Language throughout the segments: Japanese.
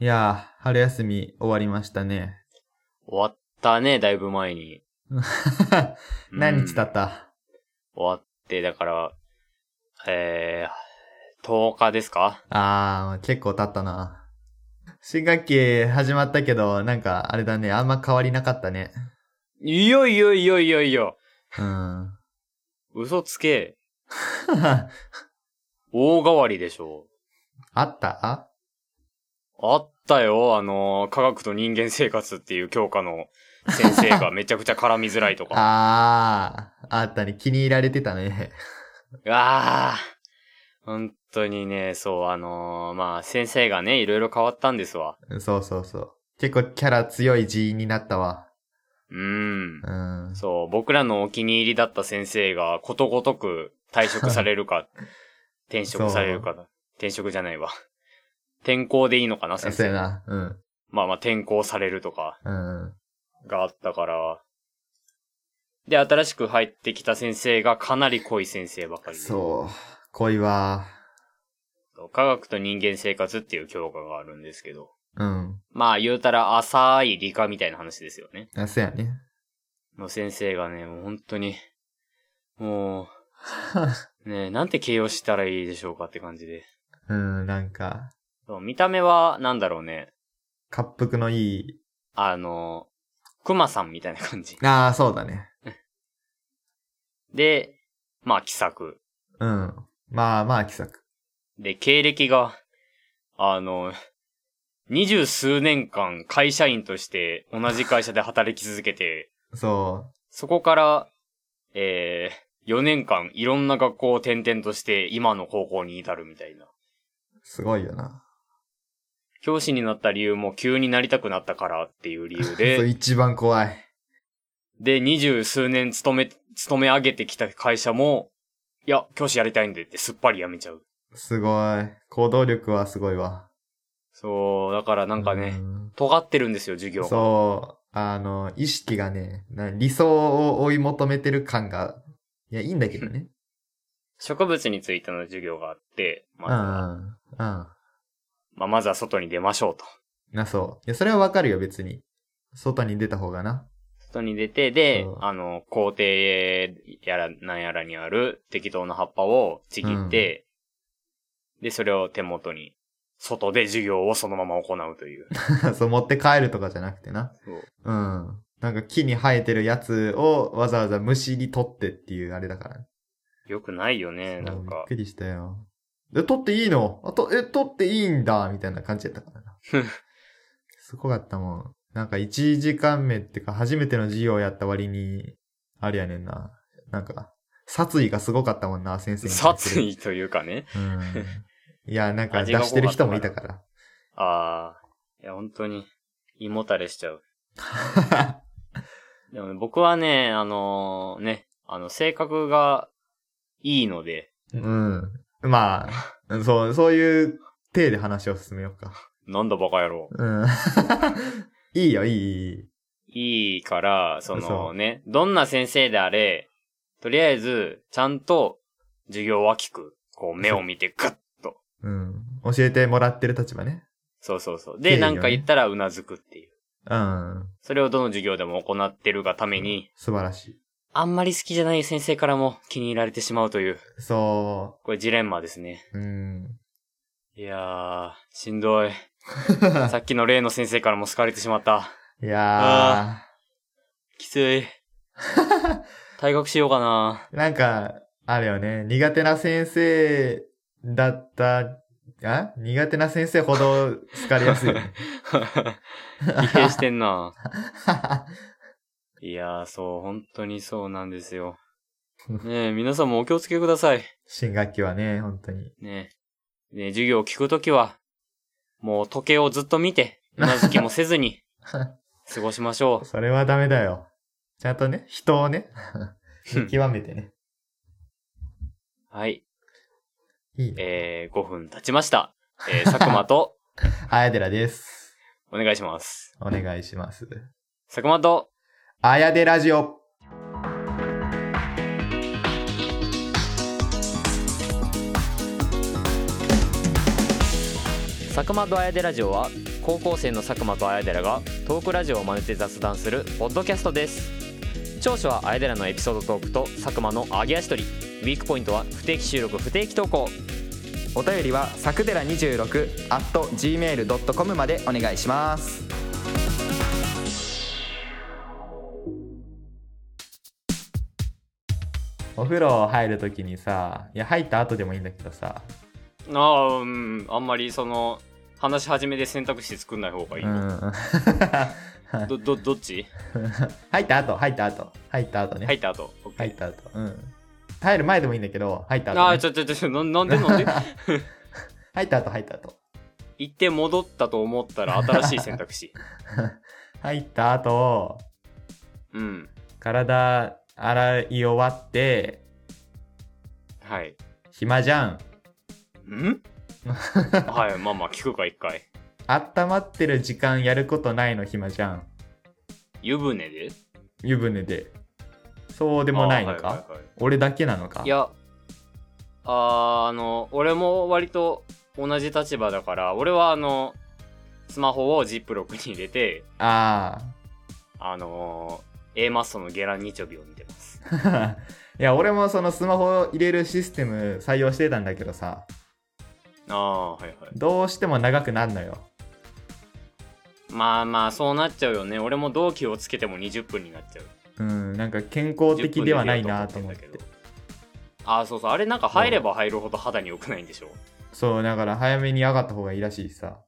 いやー、春休み終わりましたね。終わったね、だいぶ前に。何日経うんった、終わって、だから、えー、10日ですかあー、結構経ったな。新学期始まったけど、なんかあれだね、あんま変わりなかったね。いよいよいよいよいよ。うん。 嘘つけ。大変わりでしょあったう。あったよ、あのー、科学と人間生活っていう教科の先生 がめちゃくちゃ絡みづらいとか。あー、あったね。気に入られてたね。あー。本当にね、そう、あのー、まあ、先生がね、いろいろ変わったんですわ。そうそうそう。結構キャラ強い人員になったわ。うん。うん。そう、僕らのお気に入りだった先生がことごとく退職される か、転職されるか、転職じゃないわ。転校でいいのかな、先そうや生。な。うん。まあまあ転校されるとかうん。があったから。で、新しく入ってきた先生がかなり濃い先生ばかりで。そう。恋は、そう科学と人間生活っていう教科があるんですけど。うん。まあ言うたら浅い理科みたいな話ですよね。あそうやね。の先生がね、もう本当に、もう、ねえ、なんて形容したらいいでしょうかって感じで。うん、なんか、そう見た目は、なんだろうね。滑腹のいい。あの、熊さんみたいな感じ。ああ、そうだね。で、まあ、気さく。うん。まあまあ、気さく。で、経歴が、あの、二十数年間会社員として同じ会社で働き続けて、そそこから、えー、4年間いろんな学校を転々として今の高校に至るみたいな。う。すごいよな。教師になった理由も急になりたくなったからっていう理 由そう、で、一番怖い。で、二十数年勤め、勤め上げてきた会社も、いや、教師やりたいんでってすっぱり辞めちゃう。すごい。行動力はすごいわ。そう、だからなんかねう、尖ってるんですよ、授業が。そう。あの、意識がね、な理想を追い求めてる感が、いや、いいんだけどね。植物についての授業があって、うまん。ずはうん。な、まあ、まずは外に出ましょうと。そう。いや、それはわかるよ、別に。外に出た方がな。 外に出て、でそう、あの、校庭やら、なんやらにある適当な葉っぱをちぎって、で、それを手元に、外で授業をそのまま行うという。そう、持って帰るとかじゃなくてな。そううん。なんか木に生えてるやつをわざわざ虫に取ってっていうあれだから。よくないよね、なんびっか。くりしたよ。え、撮っていいのあと、え、撮っていいんだみたいな感じやったからな。 すごかったもん。なんか1時間目ってか、初めての授業やった割に、あれやねんな。なんか、殺意がすごかったもんな、先生に対す殺る。意というかね。うん。いや、なんか味出が濃かったしてる人もいたかああ、いや、本当に、胃もたれしちゃう。ら。でもね、僕はね、あのーね、あの、性格がいいので、 うん。まあ、そう、そういう体で話を進めようか。なんだバカ野郎。 うん。いいよ、いい、いい。いいから、そそのうね、どんな先生であれ、とりあえず、ちゃんと、授業は聞く。こう、目を見て、グッと。うん。教えてもらってる立場ね。そうそうそう。敬で、意をなねんか言ったら、うなずくっていう。うん。それをどの授業でも行ってるがために、素晴らしい。あんまり好きじゃない先生からも気に入られてしまうという、そこれジレンマですね。う。うん。いやー、しんどい。さっきの例の先生からも好かれてしまった。いやきつい。退学しよう かな。ー、なんか、あれよね、苦手な先生だった、あ苦手な先生ほど好かれやすい よね。否定してんな。いやー、そう、本当にそうなんですよ。ねえ、皆さんもお気をつけください。新学期はね、本当に。ねえ。ねえ授業を聞くときは、もう時計をずっと見て、うなずきもせずに、過ごしましょそれはダメだよ。ちゃんとね、人をね、見極めてね。う。はい。いいね。えー、5分経ちました。えー、佐久間と、あやでらです。お願いします。お願いします。佐久間と、あやでラジオ佐久間とあやでラジオは高校生の佐久間とあやでらがトークラジオを真似て雑談するポッドキャストです長所はあやでらのエピソードトークと佐久間の揚げ足取りウィークポイントは不定期収録不定期投稿お便りはさくでら26 at gmail.com までお願いしますお風呂入るときにさ、いや、入った後でもいいんだけどさ、ああうんあんまりその話し始めで選択肢作んない方がいい、うん。 どどどっち入った後、入った後、入った後ね。入った後 OK 入った後。うん。入る前でもいいんだけど、入った後、ね。ああちょちょちょななんでなんで 入った後、入った後。 行って戻ったと思ったら新しい選択 肢入った後、うん体洗い終わって、はい暇じゃん。んはいまあまあ聞くか一回温まってる時間やることないの暇じゃん。湯船で湯船で。そうでもないのか、あーはいはいはい俺だけなのかいや、あーあの、俺も割と同じ立場だから、俺はあの、スマホをジップロックに入れて、ああのー、A マッソのゲラニチョビを見てます。あ。 いや、俺もそのスマホ入れるシステム採用してたんだけどさ、ああ、はいはい。どうしても長くなんのよ。まあまあ、そうなっちゃうよね。俺も同期をつけても20分になっちゃう。うん、なんか健康的ではないなと思って。 10分で入れようと思ってんだけど。ああ、そうそう。あれなんか入れば入るほど肌に良くないんでしょそう、だから早めに上がった方がいいらしいしさ。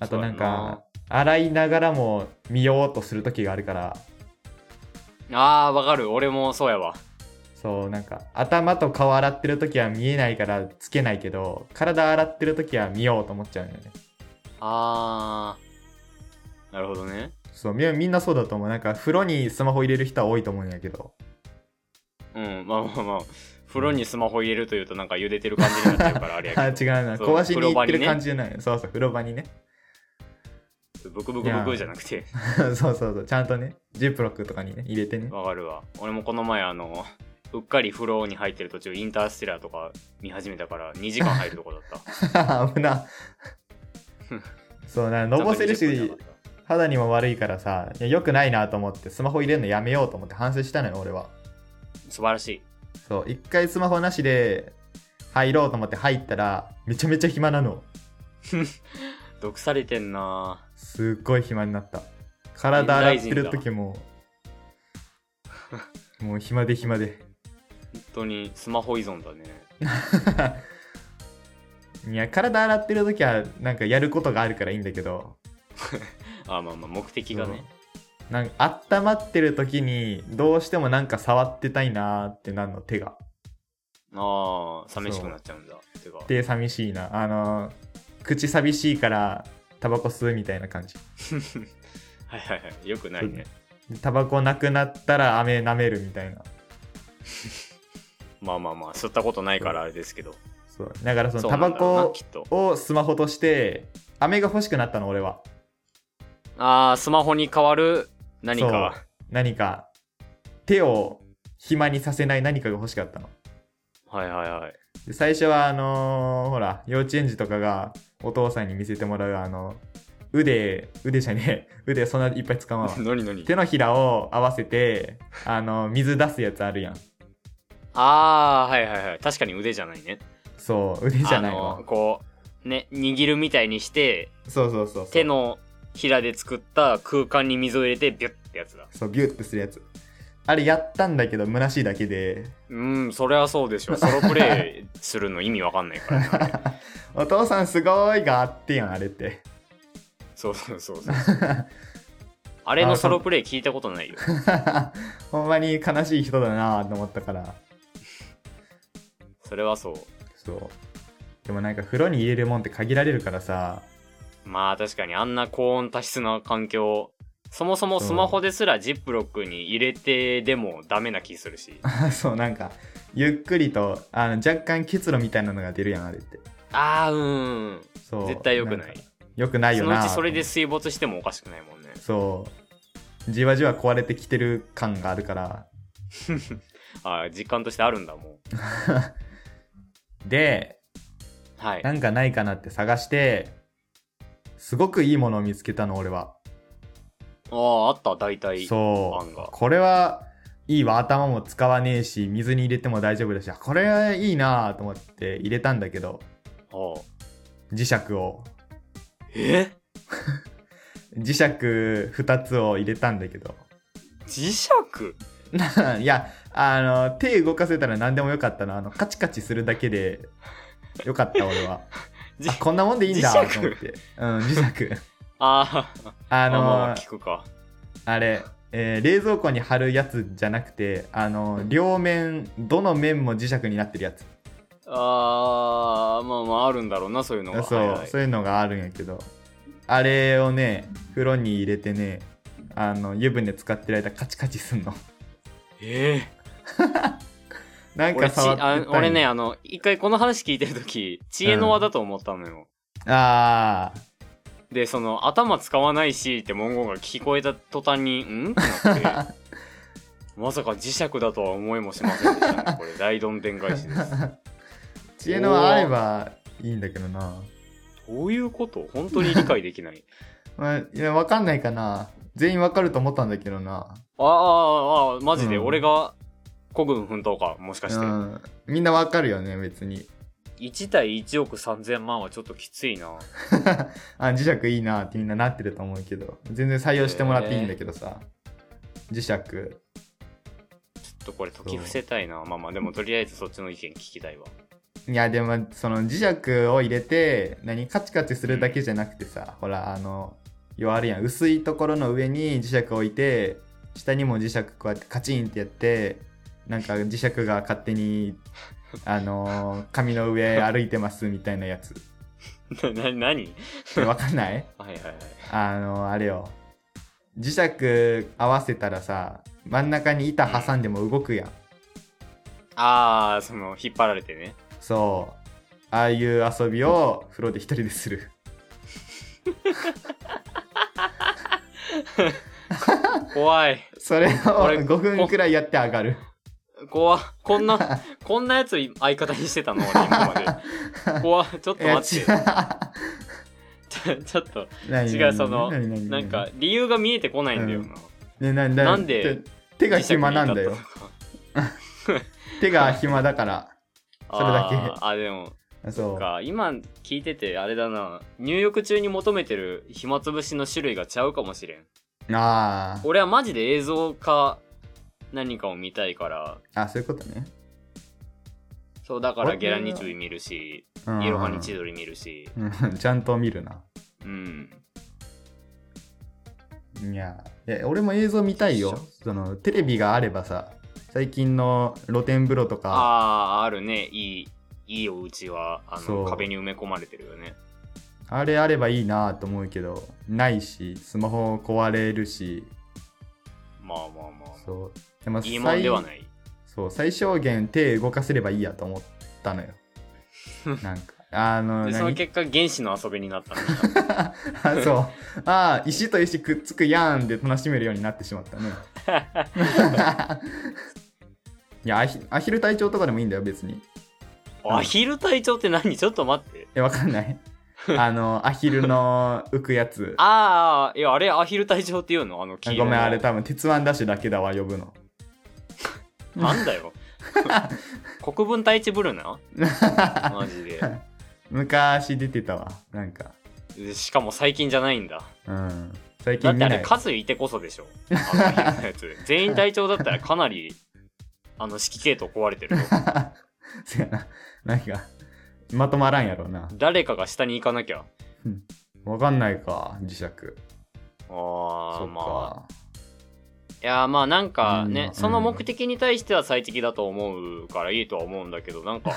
あとなんそうやか、洗いながらも見ようとする時があるから、ああ、わかる。俺もそうやわ。そう、なんか頭と顔洗ってる時は見えないからつけないけど、体洗ってる時は見ようと思っちゃうんだよね。ああ、なるほどね。そう、みみんなそうだと思う。なんか風呂にスマホ入れる人は多いと思うんやけど。うん、まあまあまあ。風呂にスマホ入れるというとなんか茹でてる感じになっちゃうからあれあ、や違けうな。そう壊しに行って風呂場にるね感じじゃない。そうそう、風呂場にね。ど。ブクブクブクじゃなくて、 そうそうそう、ちゃんとね、ジップロックとかにね、入れてね。わかるわ。俺もこの前あの、うっかり風呂に入ってる途中インターステラーとか見始めたから2時間入るとこだった。 危な。そうな、のぼせるちゃんと20し分、じゃなかっ肌にも悪いからさ、いや良くないなと思って、スマホ入れるのやめようと思って反省したのよ、俺は。た素晴らしい。そう、一回スマホなしで入ろうと思って入ったら、めちゃめちゃ暇なの。毒されてんなすっごい暇になった。体洗ってる時も、もう暇で暇で。 本当にスマホ依存だね。いや、体洗ってる時は、なんかやることがあるからいいんだけど、あまあまあ目的がね。なんか温まってる時に、どうしてもなんか触ってたいなーってなるの、手が。ああ、寂しくなっちゃうんだ。てか。で、寂しいな。あのー、口寂しいから、タバコ吸うみたいな感じ。 はいはいはい。よくないね。でタバコなくなったら飴舐めるみたいな。まあまあまあ、吸ったことないからあれですけど。そう。だからそのそうタなバんだろうな、コきっと。をスマホとして、飴が欲しくなったの、俺は。ああ、スマホに代わる何か。何か、手を暇にさせない何かが欲しかったの。はいはいはい。で最初はあのーほら幼稚園児とかがお父さんに見せてもらうあの腕腕じゃねえ 腕そんないっぱい使わんわ 何何手のひらを合わせてあの水出すやつあるやんああ、はいはいはい。確かに腕じゃないね。そう腕じゃないあわのこう、ね、握るみたいにして、そうそうそうそう手のひらで作った空間に水を入れて、ビュッってやつだ。そうビュッてするやつあれやったんだけど虚しいだけで うん、それはそうでしょ。ソロプレイするの意味わかんないからね、あれお父さんすごいがあってやんあれって そうそうそう そう。あれのソロプレイ聞いたことないよ。ほんまに悲しい人だなと思ったからそれはそう。そうでもなんか風呂に入れるもんって限られるからさ まあ確かにあんな高温多湿な環境そもそもスマホですらジップロックに入れてでもダメな気す るしあそうなんかゆっくりとあの若干結露みたいなのが出るやんあれってああうんそう絶対良くないんか良くないそよのなうちそれで水没してもおかしくないもんねそうじわじわ壊れてきてる感があるからああ実感としてあるんだもんではいなんかないかなって探して、すごくいいものを見つけたの、俺は。あああった大体そ案うが。これはいいわ、頭も使わねえし、水に入れても大丈夫だし、あこれはいいなぁと思って入れたんだけど、おう磁石を。え磁石2つを入れたんだけど。 磁石いや、あの、手動かせたら何でもよかったな。あの、カチカチするだけで、よかった、俺は。じあ、こんなもんでいいんだ、 磁石と思って。うん、磁石。あーああのの、聞くかあれ、えー冷蔵庫に貼るやつじゃなくて、あの、両面、どの面も磁石になってるやつ。ああまあまああるんだろうなそういうのがそう、はいはいそういうのがあるんやけど、あれをね、風呂に入れてね、あの、湯船使ってる間カチカチすん の。ええなんか俺ち触ってたんあよ俺ね、あの一回この話聞いてる時知恵の輪だと思ったのよ、あー。でその頭使わないしって文言が聞こえた途端にん ってなってまさか磁石だとは思いもしませんでした ねこれ大どんでん返しです 知恵のあればいいんだけどな。どういうこと本当に理解できないまあ、いや、わかんないかな。全員わかると思ったんだけどな。あーあーあーマジでうん俺が孤軍奮闘かもしかうして、ん。みんなわかるよね、別に。 1対1億3000万はちょっときついなあ、磁石いいなってみんななってると思うけど、全然採用してもらっていいんだけどさ。磁石。ちょっとこれ解き伏せたいなまあまあでもとりあえずそっちの意見聞きたいわいや、でも、その磁石を入れて、何、カチカチするだけじゃなくてさ、ほら、あの、弱るやん。薄いところの上に磁石置いて、下にも磁石こうやってカチンってやって、なんか磁石が勝手に、あのー紙の上歩いてますみたいなやつ。なな何えわかんないはいはいはいあの、あれよ。磁石合わせたらさ、真ん中に板挟んでも動くやん。ああその引っ張られてねそう。ああいう遊びを風呂で一人でする。怖いそれを俺5分くらいやって上がる。怖っこ んなこんなやつ相方にしてたの俺今まで怖っちょっいとや、待ってちょ ちょっと何違うそのなんか、理由が見えてこないんだよな、何何何何ね、ななんで手手が暇なんだよ磁石に至。ったのか手が暇だから。それだけあーあでもそう。か今聞いててあれだな入浴中に求めてる暇つぶしの種類がちゃうかもしれんあー俺はマジで映像か何かを見たいからあ、そういうことね。そうだから俺ゲラニチュイ見るしうんイロハニチドリ見るしうんちゃんと見るな。うんいや、いや俺も映像見たいよ。そのテレビがあればさ、最近の露天風呂とか、ああーあるねいいいいお家はあそのう壁に埋め込まれてるよねあれあればいいなと思うけど、ないし、スマホ壊れるし、まあまあまあ、そう。でもいいもんでは最ないそう、最小限手動かせればいいやと思った のよ。なんか、あの、でその何結果原始の遊びになったの あそう。ああ、石と石くっつくやんで楽しめるようになってしまった ね。いやアヒ、アヒル隊長とかでもいいんだよ、別に。アヒル隊長って何ちょっと 待ってえ、わかん ない。あの、アヒルの浮くやつ。ああいやあれアヒル隊長っていうのあの黄色ごのめん、あれ多分、鉄腕ダッシュだけだわ、呼ぶの。なんだよ。 国分太一ブルーなマジで昔出てたわ、なんか。で。しかも最近じゃないんだ。うん。最だ近っ見てあなれ、い。数いてこそでしょ。あのアヒルのや つ。全員隊長だったらかなり、あの、指揮系統壊れてるよ。 そやな。なんか、まとまらんやろうな。誰かが下に行かなきゃ。わかんないか、磁石。あそあ、っまあ。か。いやー、まあなんかうんねう、んその目的に対しては最適だと思うからいいとは思うんだけど、なん か、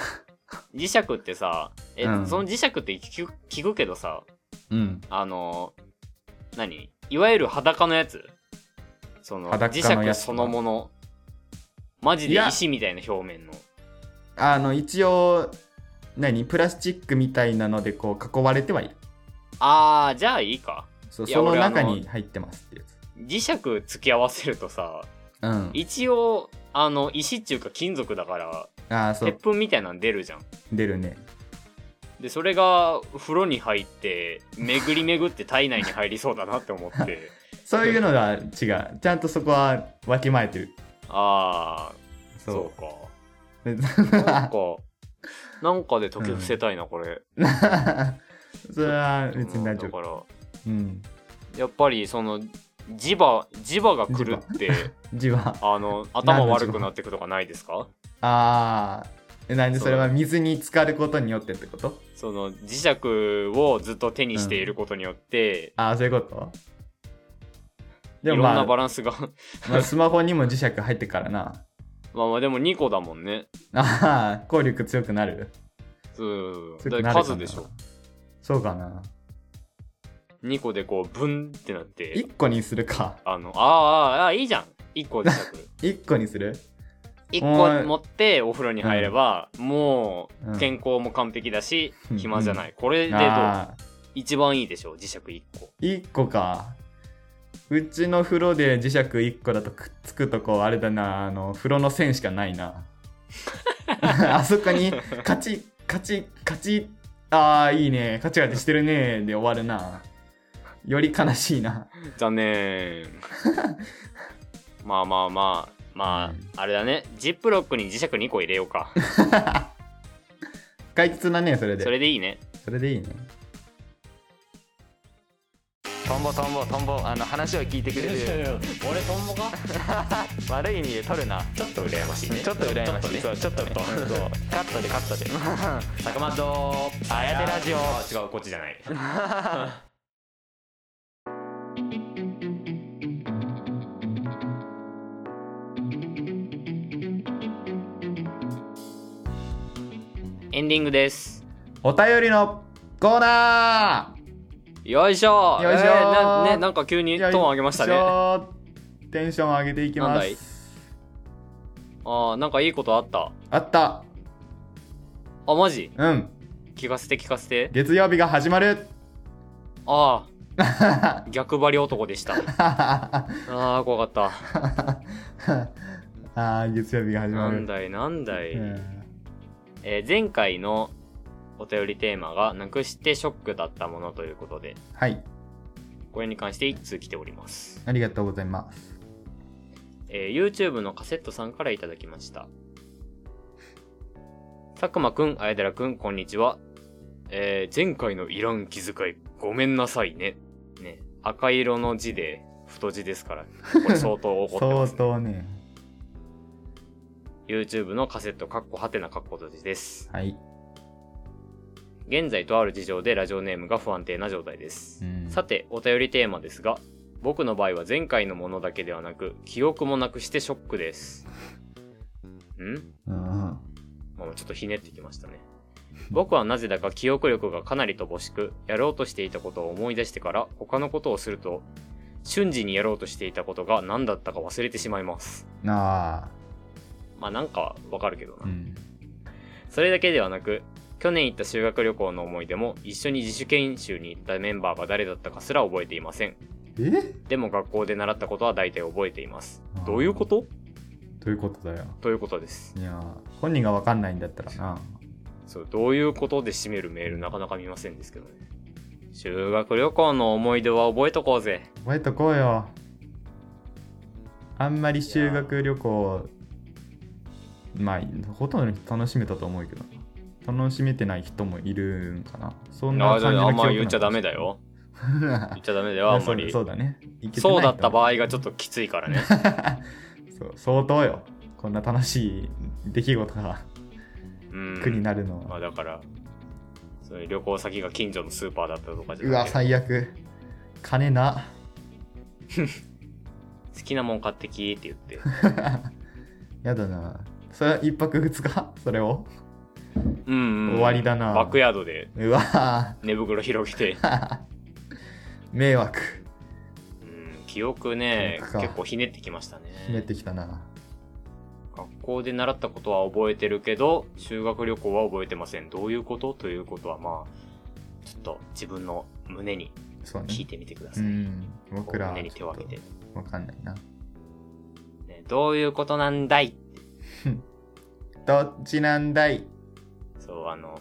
磁石ってさ、え、うんその磁石って聞く聞くけどさ、うん。あの何いわゆる裸のやつその裸の磁や石つそのものマジいでや石みたいな表面のあの、一応、何プラスチックみたいなので、こう、囲われてはいる。あーじゃあいいかそういやその俺あの中に入ってますってやつ。磁石付き合わせるとさうん。一応あの石っていうか金属だからああ、そう鉄。粉みたいなの出るじゃん出るね。でそれが風呂に入って巡り巡って体内に入りそうだなって思って そういうのが違う。ちゃんとそこはわきまえてる。ああそそうかう。なんかなんかで解き伏せたいな、これ それは別に大丈うんだ夫。かうん。らやっぱりその磁場磁場が狂って字は。あの頭悪くなってくとかないですかああ。え、なんでそれは水に浸かることによってってことその磁石をずっと手にしていることによって、ああ、そういうこといでろんもまなあ、バランスが まあスマホにも磁石入ってっからな。まあまあでも2個だもんねああ、効力強くなるそう強だくかならる数でしょ。そうかな。 2個でこうブンってなって1個にするか。あのあーあーあーいいじゃん1個磁石1個にする1個持ってお風呂に入れば、もううん健康も完璧だし、うん暇じゃないこれでどうああ、一番いいでしょ磁石1個1個か。うちの風呂で磁石1個だとくっつくとこ、あれだな、あの、風呂の線しかない な。あそこに、カチッ、カチッ、カチッ、ああ、いいね、カチカチしてるね、で終わるな。より悲しいな。残念まあまあまあまああれだねジップロックに磁石2個入れようか解決だね、それで。それでいいねそれでいいね。トンボトンボトンボあの話を聞いてくれる俺トンボか悪い意味で取るなちょっと羨ましいねちょっと羨ましいちょっとねちょっとカットでカットで坂本あやてラジオ違うこっちじゃないエンディングですお便りのコーナよいしょよいしょえーなねなんか急にートーン上げましたねよいあょーテンション上げていきなんまだいす。ーなんかいいことあったあった。あマジうん。聞かせて聞かせて月曜日が始まる ああ逆張り男でしたあああ怖かったあ、月曜日が始まなる。んだいなんだい、うんえー前回のお便りテーマがなくしてショックだったものということではい。これに関して1通来ております、ありがとうございます。えー YouTube のカセットさんからいただきました佐久間くん、あやでらくん、こんにちは。えー前回のいらん気遣い、ごめんなさいね。ね、赤色の字で、太字ですから、これ相当怒ってま 相す、ね。当ね。 YouTube のカセット、かっこはてなかっことじです。はい。現在とある事情でラジオネームが不安定な状態ですう。んさて、お便りテーマですが、僕の場合は前回のものだけではなく、記憶もなくしてショックです。んうんまあ、ちょっとひねってきましたね。僕はなぜだか記憶力がかなり乏しく、やろうとしていたことを思い出してから他のことをすると、瞬時にやろうとしていたことが何だったか忘れてしまいます。うん。ああ。まあなんかわかるけどな。うん。それだけではなく、去年行った修学旅行の思い出も一緒に自主研修に行ったメンバーが誰だったかすら覚えていません。えでも学校で習ったことは大体覚えています。どういうことどういうことだよ。ということです。いやー、本人がわかんないんだったらな。そう、どういうことで締めるメールなかなか見ませんですけどね。修学旅行の思い出は覚えとこうぜ。覚えとこうよあんまり修学旅行まあほとんど楽しめたと思うけど楽しめてない人もいるんかなそんなああ感じじのゃ記あ、あ憶んま言っちゃダメ だよ。なん言でっちゃダメだすよ、あんまり。そうそうだねいけてないそうだった場合がとちょっときついか らね。そう相当よこんな楽しい出来事がうん。苦になるのまは、あだから、そういう旅行先が近所のスーパーだったとかじゃうなわくて最悪金な好きなもん買ってきって 言って。やだなそれ一泊二日それをうん、うん。終わりだなバックヤードでうわ寝袋広 げて。迷惑うん、記憶ね記憶、か結構ひねってきましたひねってきたな学校で習ったことは覚えてるけど修学旅行は覚えてませんどういうことということはまあちょっと自分の胸にそうね聞いてみてくだうさい、ん、僕らは胸にち手ょをっ挙げて、とわかんないな。ね、どういうことなんだいどっちなんだい そうあの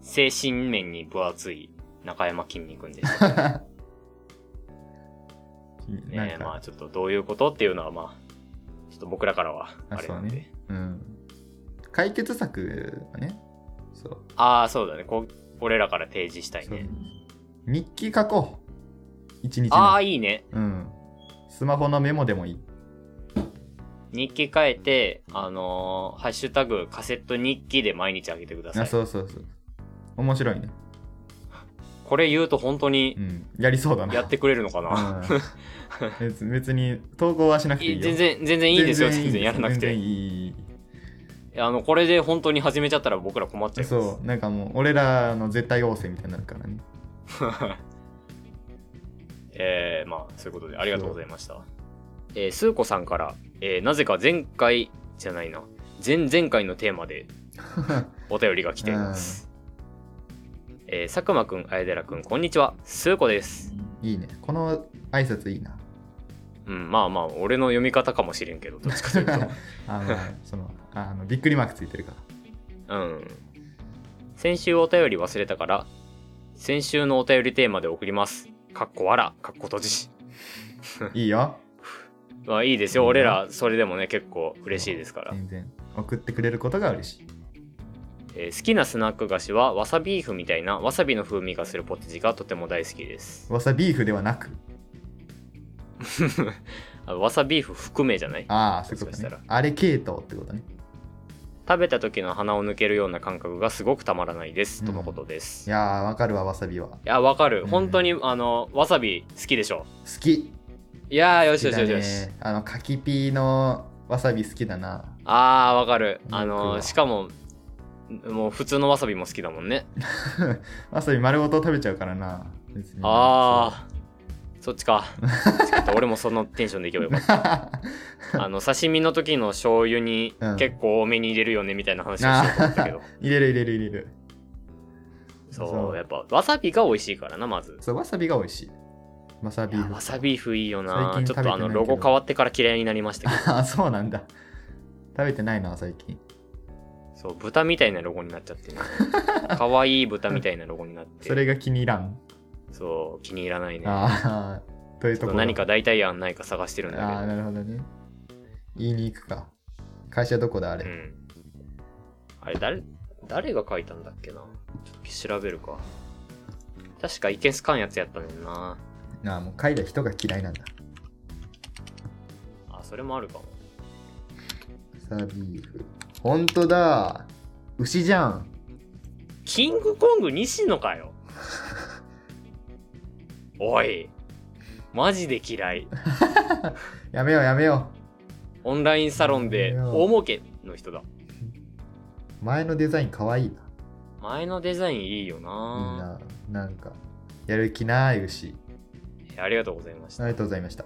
精神面に分厚い中山きんに君で したねなんね。か、まあちょっとどういうことっていうのはまあ、ちょっと僕らからはああれなんで。そうねうん。解決策がね、そう。ああ、そうだね。こう俺らから提示したいそうね。日記書こう。一日の。ああ、いいね。うん。スマホのメモでもいい。日記変えて、あのーハッシュタグカセット日記で毎日あげてくださあ、い。そうそうそう。面白いね。これ言うと本当にうん。やりそうだな。やってくれるのかな、うん別別に投稿はしなくていいいよ。 全然、全然いいですよ。全然やらなく全然て。いい。あの、これで本当に始めちゃったら僕ら困っちゃいます。そう、なんかもう、俺らの絶対要請みたいになるからね。えー、まあそういうことでありがとうございました。えー、スー子さんから、えーなぜか前回じゃないな前々回のテー マでお便りが来ています。えー佐久間くん、あやでらくん、こんにちは。スー子です。いいね。この挨拶いいな。うん、まあまあ、俺の読み方かもしれんけど、どっちかというと。 あの、その、あの、びっくりマークついてるから。うん。先週お便り忘れたから、先週のお便りテーマで送ります。かっこわら、かっこ閉じ。 いいよ。まあいいですよ。俺ら、それでもね、結構嬉しいですから。全然。送ってくれることが嬉しい。えー好きなスナック菓子はわさビーフみたいなわさびの風味がするポテチがとても大好きです わさビーフではなく。あわさビーフ含めじゃないああ、そういうこもとしかねしたら。あれ系統ってことね。食べた時の鼻を抜けるような感覚がすごくたまらないです、うんとのことでいすいやー、わかるわ、わさびは。好やわかるうん本当にあのわさび好きでしょき。いやーよしよ好きしだよねしよしあの、柿ピーのわさび好きだな。あーわかるうんあ来るのわしかももう普通のわさびも好きだもんねわさび丸ごと食べちゃうからな。別にあーそっ ちかそっちかって俺もそのテンションでいけばよかっあ。 たあの刺身の時の醤油にうん結構多めに入れるよねみたいな話をしてたんだけど、入れる入れる入れる。そうそうやっぱわさびが美味しいからなまずそう、わさびが美味しい。わさいびやわさビーフいいよな最近ち食ょべてっとないあけどのロゴ変わってから嫌いになりましたけ どあ、そうなんだ。食べてないな、最近。そう豚みたいなロゴになっちゃ ってねかわいい豚みたいなロゴになってそれが気に入らん。そう気に入らないねああ、というちょとっことろ。何か代替案ないか探してるんああ、だなるほどね。言いに行くか。会社どこだ、あけどうれ。んあれ誰誰が書いたんだっけなちょっと調べるか確かいけすかんやつやったねんなああ、もう帰る人が嫌いなんだ。あそれもあるかもわさビーフ。ほんとだ。牛じゃん。キングコング西野 かよおいマジで嫌いやめよう、やめよオンラインサロンで大儲けの人だう。前のデザインかわいいな。いい前のデザインいいよなな。なんか、やる気ない牛。ありがとうございましあた、りい、がとうございました。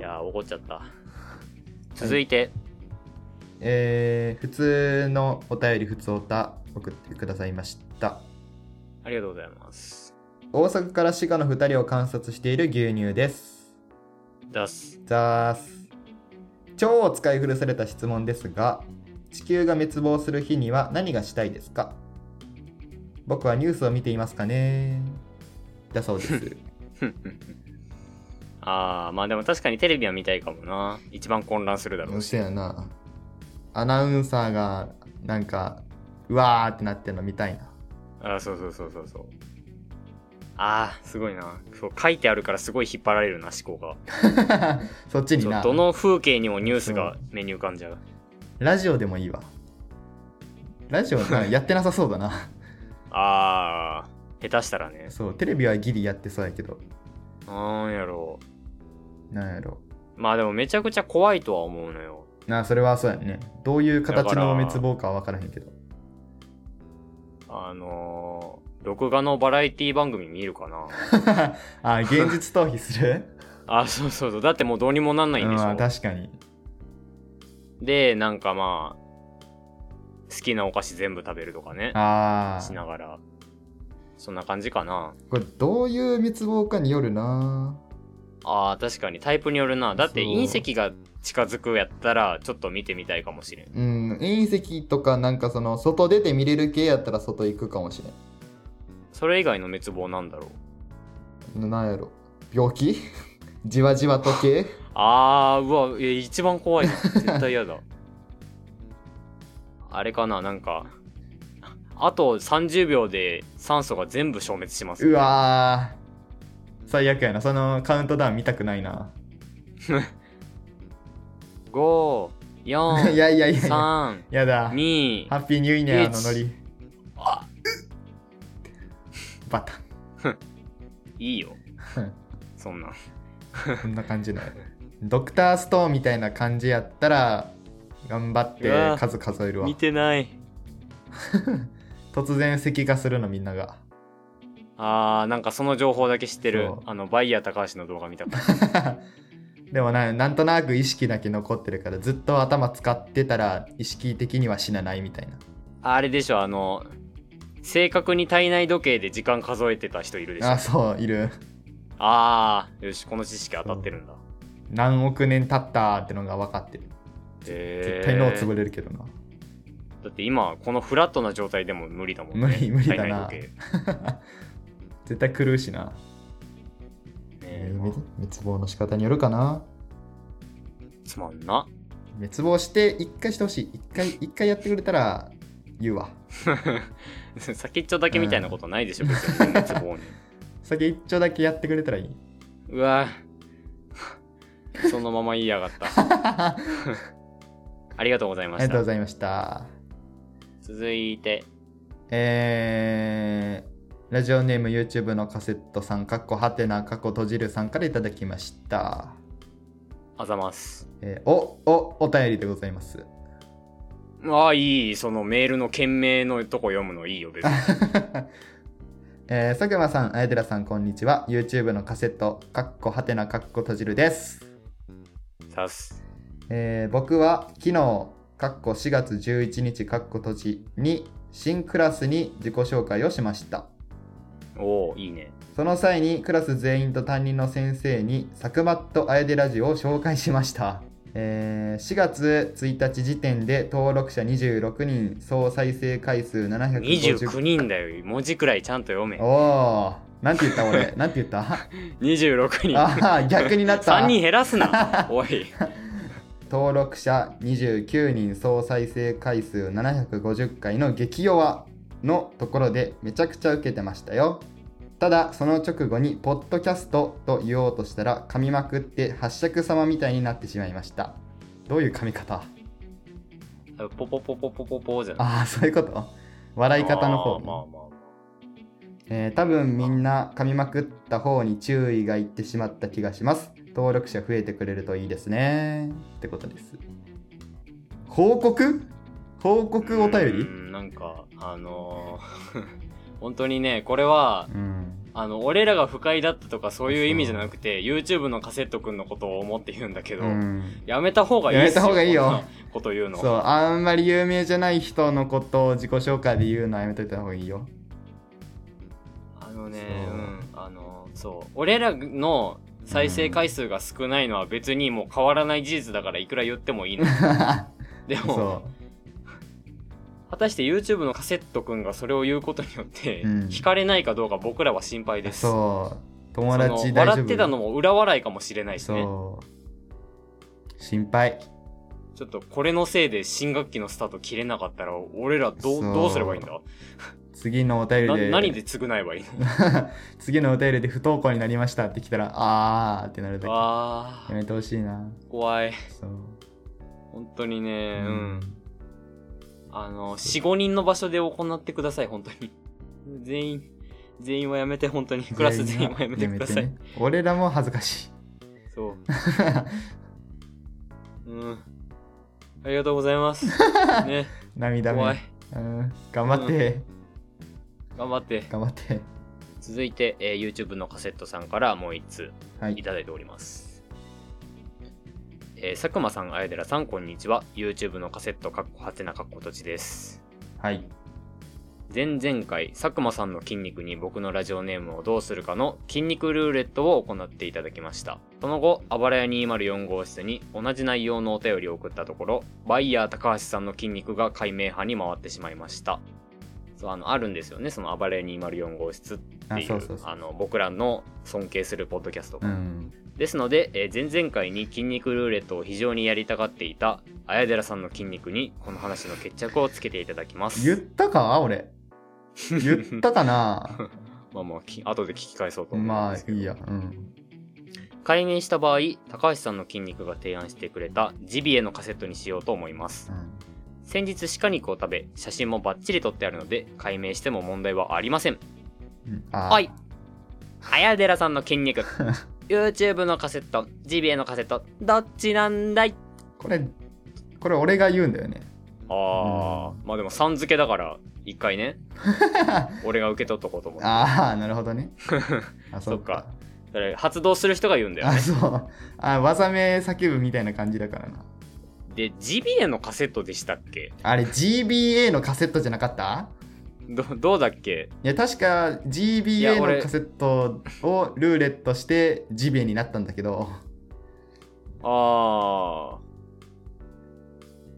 やー怒っちゃった続いてえー、普通のお便り、普通おた、送ってくださいました。ありがとうございます大阪から滋賀の2人を観察している牛乳です。出すザース。超使い古された質問ですが、地球が滅亡する日には何がしたいですか僕はニュースを見ていますかね だそうです。あーまあでも確かにテレビは見たいかもな一番混乱するだろうししてやな。アナウンサーが、なんか、うわーってなってるの見たいな。 あーそうそうそうそうそうあーすごいなそう書いてあるからすごい引っ張られるな思考がそっちにそうな。どの風景にもニュースが目に浮かんじゃうラジオでもいいわ。ラジオなやってなさそうだな。あー下手したらねそう、テレビはギリやってそうやけど、なんやろなんやろ。うまあでもめちゃくちゃ怖いとは思うのよなあ、それはそうやね。どういうだ形からの滅亡かは分からへんけど。 あのー、録画のバラエティ番組見るかなあ、現実逃避するあそうそうそうだってもうどうにもなんないんでしうん、ょ確かに。でなんかまあ好きなお菓子全部食べるとかねあしあ。ながらそんな感じかなこれ、どういう滅亡かによるな。あー確かにタイプによるなだってそう隕石が近づくやったら、ちょっと見てみたいかもしれん。うん、隕石とかなんかその、外出て見れる系やったら外行くかもしれん。それ以外の滅亡なんだろう。ななんやろ病気 じわじわ時計あー、うわ、いや一番怖いな。絶対嫌だ。 あれかな、なんか、あと30秒で酸素が全部消滅します、うわー最悪やなそのカウントダウン見たくないな5、 い4、やいやいやいや3、やだハ 2、ッピーニューイヤーのノリあバタい いようん。そんなん。こんな感じのドクターストーンみたいな感じやったら頑張っうわて数数えるわ見てない。突然咳がするのみんなが あー、なんかその情報だけ知ってるそう。あの、バイヤー高橋の動画見たから。でもななんとなく意識だけ残ってるからずっと頭使ってたら意識的には死なないみたいなあれでしょ、あの、正確に体内時計で時間数えてた人いるでしょ。あそういるあー、よし、この知識当たってるんだ。何億年経ったってのが分かってる絶絶対脳潰れるけどな、だって今このフラットな状態でも無理だもんね無理無理だな体内時絶対狂うしな、計ねええー滅滅亡の仕方によるかなつまんな 滅亡して一回してほしい一回一回やってくれたら言うわ先っちょだけみたいなことないでしょ別に滅亡に先一丁だけやってくれた らいいうわ ぁそのまま言いやがったあありがとうございまりがしとうたございました続いてえー、ラジオネーム YouTube のカセットさんかっこはてなかっこ閉じるさんからいただきました、あざますえーおおお便りでございます ああいいそのメールの件名のとこ読むのいいよ別 にえー、佐久間さん、あやてらさん、こんにちは。YouTube のカセット、かっこはてなかっこ閉じるです。さすえー僕は昨日、かっこ4月11日、かっこ閉じに、新クラスに自己紹介をしました。おおいいねその際に、クラス全員と担任の先生に、サクマットあやでラジオを紹介しました。えー4月1日時点で登録者26人、総再生回数29 750。人だよ文字くらいちゃんと読めおおー、なんて言った俺、なんて言った26人ああ、逆になった。 3 人減らすなおい登録者29人総再生回数750回の激弱のところでめちゃくちゃ受けてましたよただその直後に「ポッドキャスト」と言おうとしたら噛みまくって八尺様みたいになってしまいましたどういう噛み方あポポポポポポポじゃないああそういうこと笑い方の方、まあまあまえー多分みんな噛みまくった方に注意がいってしまった気がします登録者増えてくれるといいですねってことです報告報あ告お便うりんなんかあのー 本当にねこれはうんあの俺らが不快だったとかそういう意味じゃなくて YouTube のカセットくんのことを思って言うんだけど、うんやめた方がいいっすやめた方がいいよこんなこと言うのそうあんまり有名じゃない人のことを自己紹介で言うのはやめといた方がいい よあのねそううんあのそう俺らの再生回数が少ないのは別にもう変わらない事実だからいくら言ってもいいのでもそ果たして YouTube のカセットくんがそれを言うことによってうん惹かれないかどうか僕らは心配うです、そう友その達大丈夫笑ってたのも裏笑いかもしれないしねそう心配ちょっとこれのせいで新学期のスタート切れなかったら俺らどうそうどうすればいいんだ次のお便りなで何で償えばいいの 次のお便りで不登校になりましたって来たらあーってなるだけあやめてほしいなー怖いそう本当にうねうん、あの45人の場所で行ってください本当に全員全員はやめて本当にクラス全員はやめてください、ね俺らも恥ずかしい そううんありがとうござい ますね涙目怖いうん、頑張って、頑張って頑張って続いて、えー YouTube のカセットさんからもう1通はいいただいております、えー佐久間さん、あやでらさん、こんにちは。YouTube のカセット、かっこはてなかっこ閉じです。はい前々回佐久間さんの筋肉に僕のラジオネームをどうするかの筋肉ルーレットを行っていただきましたその後あばらや204号室に同じ内容のお便りを送ったところバイヤー高橋さんの筋肉が解明派に回ってしまいましたそうあのあるんですよねそのあばらや204号室っていあそううそうそうあの僕らの尊敬するポッドキャストが、うん。ですので、えー前々回に筋肉ルーレットを非常にやりたがっていた綾寺さんの筋肉にこの話の決着をつけていただきます言ったか俺。言ったかなまあまあき後で聞き返そう と思うんまですあ、けどいいや。うん。解明した場合高橋さんの筋肉が提案してくれたジビエのカセットにしようと思いますうん先日鹿肉を食べ写真もバッチリ撮ってあるので解明しても問題はありませんうん。あーはい綾寺さんの筋 肉 YouTube のカセットジビエのカセットどっちなんだいこれ、これ俺が言うんだよね。あーまあでもさん付けだから一 回ね俺が受け取っとこうと思ってああ、なるほど ね。あ、そっかそれ発動する人が言うんだよあ、ねそう。あ、技名叫ぶみたいな感じだからな。でジビエのカセットでしたっけあれ、GBA のカセットじゃなかったどどうだっけいや、確かいや GBA 俺のカセットをルーレットしてジビエになったんだけど、ああ。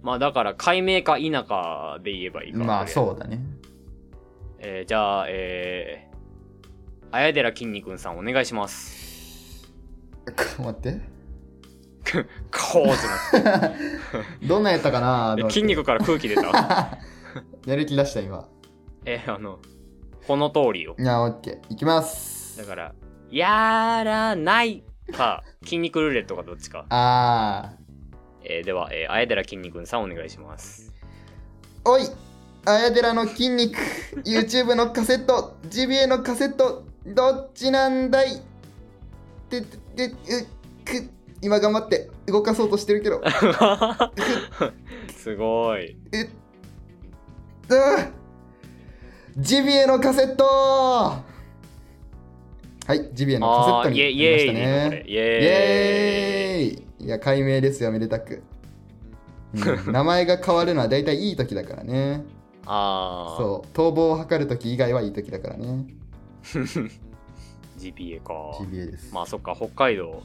まあだから、解明か否かで言えばいいか。まあう。そうだね。えーじゃあ、えー、あやでらきんに君さんお願いします。待って。こうってなってどんなんやったかなえ筋肉から空気出た。 やる気出した今。えーあの、この通りを。いや、オッケー。いきます。だから、やらないか、筋肉ルーレットかどっちか。あえーでは、えー、あやでらきんに君さんお願いします。ー。おい綾寺の筋肉、YouTube のカセット、ジビエのカセット、どっちなんだいてててうく今頑張って動かそうとしてるけど。すごい。えっあジビエのカセットはい、ジビエのカセッあトー、にイなェイイりましたェイでいいのこれね。イイェイエーイいや、解明ですよ、めでたく。うん名前が変わるのは大体いい時だからね。ああ。そう、逃亡を図る時以外はいい時だからね。 GPA かジビエです。まあそっか北海道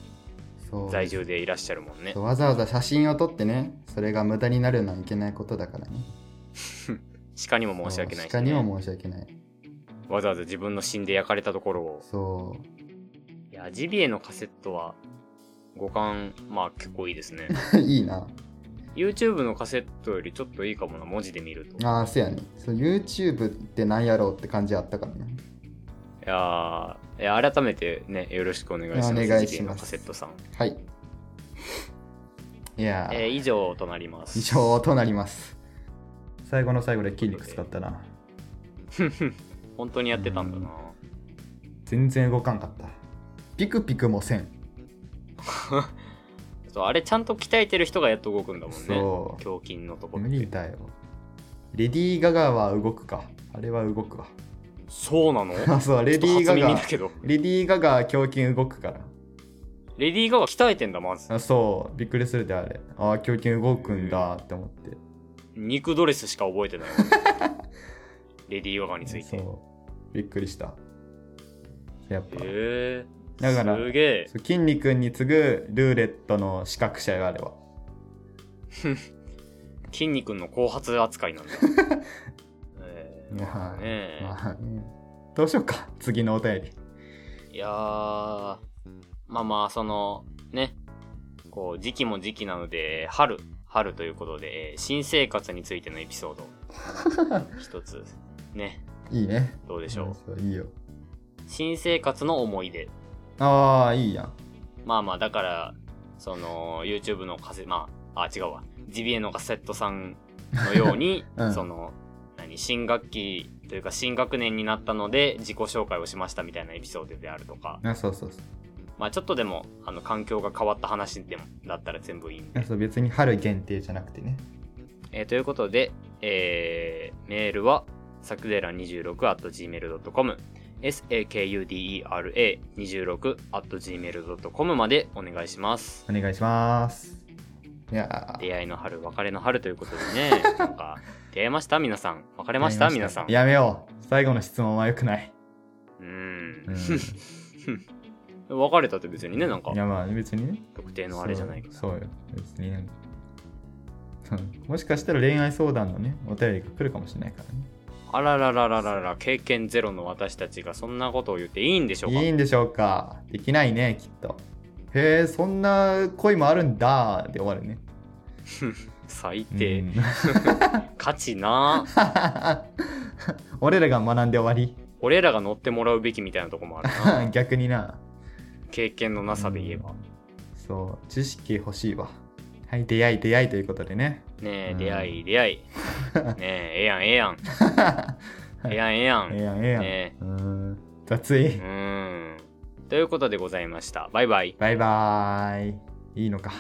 そう在住でいらっしゃるもんねそうわざわざ写真を撮ってね、それが無駄になるのはいけないことだからね。鹿にも申し訳ないし、そう鹿にね、も申し訳ない。わざわざ自分の死んで焼かれたところをそう。いやジビエのカセットは五感まあ結構いいですね いいな。 YouTube のカセットよりちょっといいかもな文字で見るといああ、そうやね。そう YouTube ってなんやろうって感じあったからね。やーいや改めてねよろしくお願いしますお願いしますジビエのカセットさん、はい。いやー、えー以上となります以上となります。最後の最後で筋肉使ったな。本当にやってたんだな全然動かんかった。ピクピクもせん。そうあれちゃんと鍛えてる人がやっと動くんだもんねそう。胸筋のところ無理だよ。レディー・ガガは動くか。あれは動くわ。そうなのあ、そう、 レディー・ガちょっと初耳ガだ。けどレディー・ガガは胸筋動くから。レディー・ガガ鍛えてんだまずあそう、びっくりするであれ。ああ、胸筋動くんだって思って。肉ドレスしか覚え てないレディー・ガガについてへそうびっくりしたやっぱ、えだからすげえそう筋肉に次ぐルーレットの資格者よあれは筋肉の後発扱い なんだえーまあねえまあねどうしようか次のお便りいやーまあまあそのねこう時期も時期なので春春ということで、えー新生活についてのエピソー ド一つねいいねどうでしょうそういいよ新生活の思い出ああいいやん、まあまあ、だから、その、YouTube のカセまあ、あ、違うわ。ジビエのカセットさんのように うんその、何、新学期というか新学年になったので自己紹介をしましたみたいなエピソードであるとか、あそうそうそうまあちょっとでも、あの、環境が変わった話でも、だったら全部いいんあで。そう別に春限定じゃなくてねえーということで、えーメールは、さくでら26 gmail.com、sakudera26 gmail.com までお願いします。お願いしますいやー出会いの春別れの春ということで ねなんか出会いました皆さん別れましたやり皆さんやめよう。最後の質問は良くない。ううんん別れたって別にねなんかいやまあ別にね。特定のあれじゃないけどそうそうよ。別になんか。うんもしかしたら恋愛相談のね、お便りが来るかもしれないからね。あらららららら経験ゼロの私たちがそんなことを言っていいんでしょうかいいんでしょうかできないね、きっと。へえ、そんな恋もあるんだで終わるね。最うん 低、価値なあ俺らが学んで終俺らが乗ってもらうべきみたいなとこもある わりな 逆にな。経験のなさで言えばそう、知識欲しいわ。はい、出会い、出会いということでね。ねえ、うん出会い出 会いねえええやんええやんええやんええやんええやん、ええやん。ね。うーん、雑いうーんということでございましたバイバイバイバーイ。いいのか。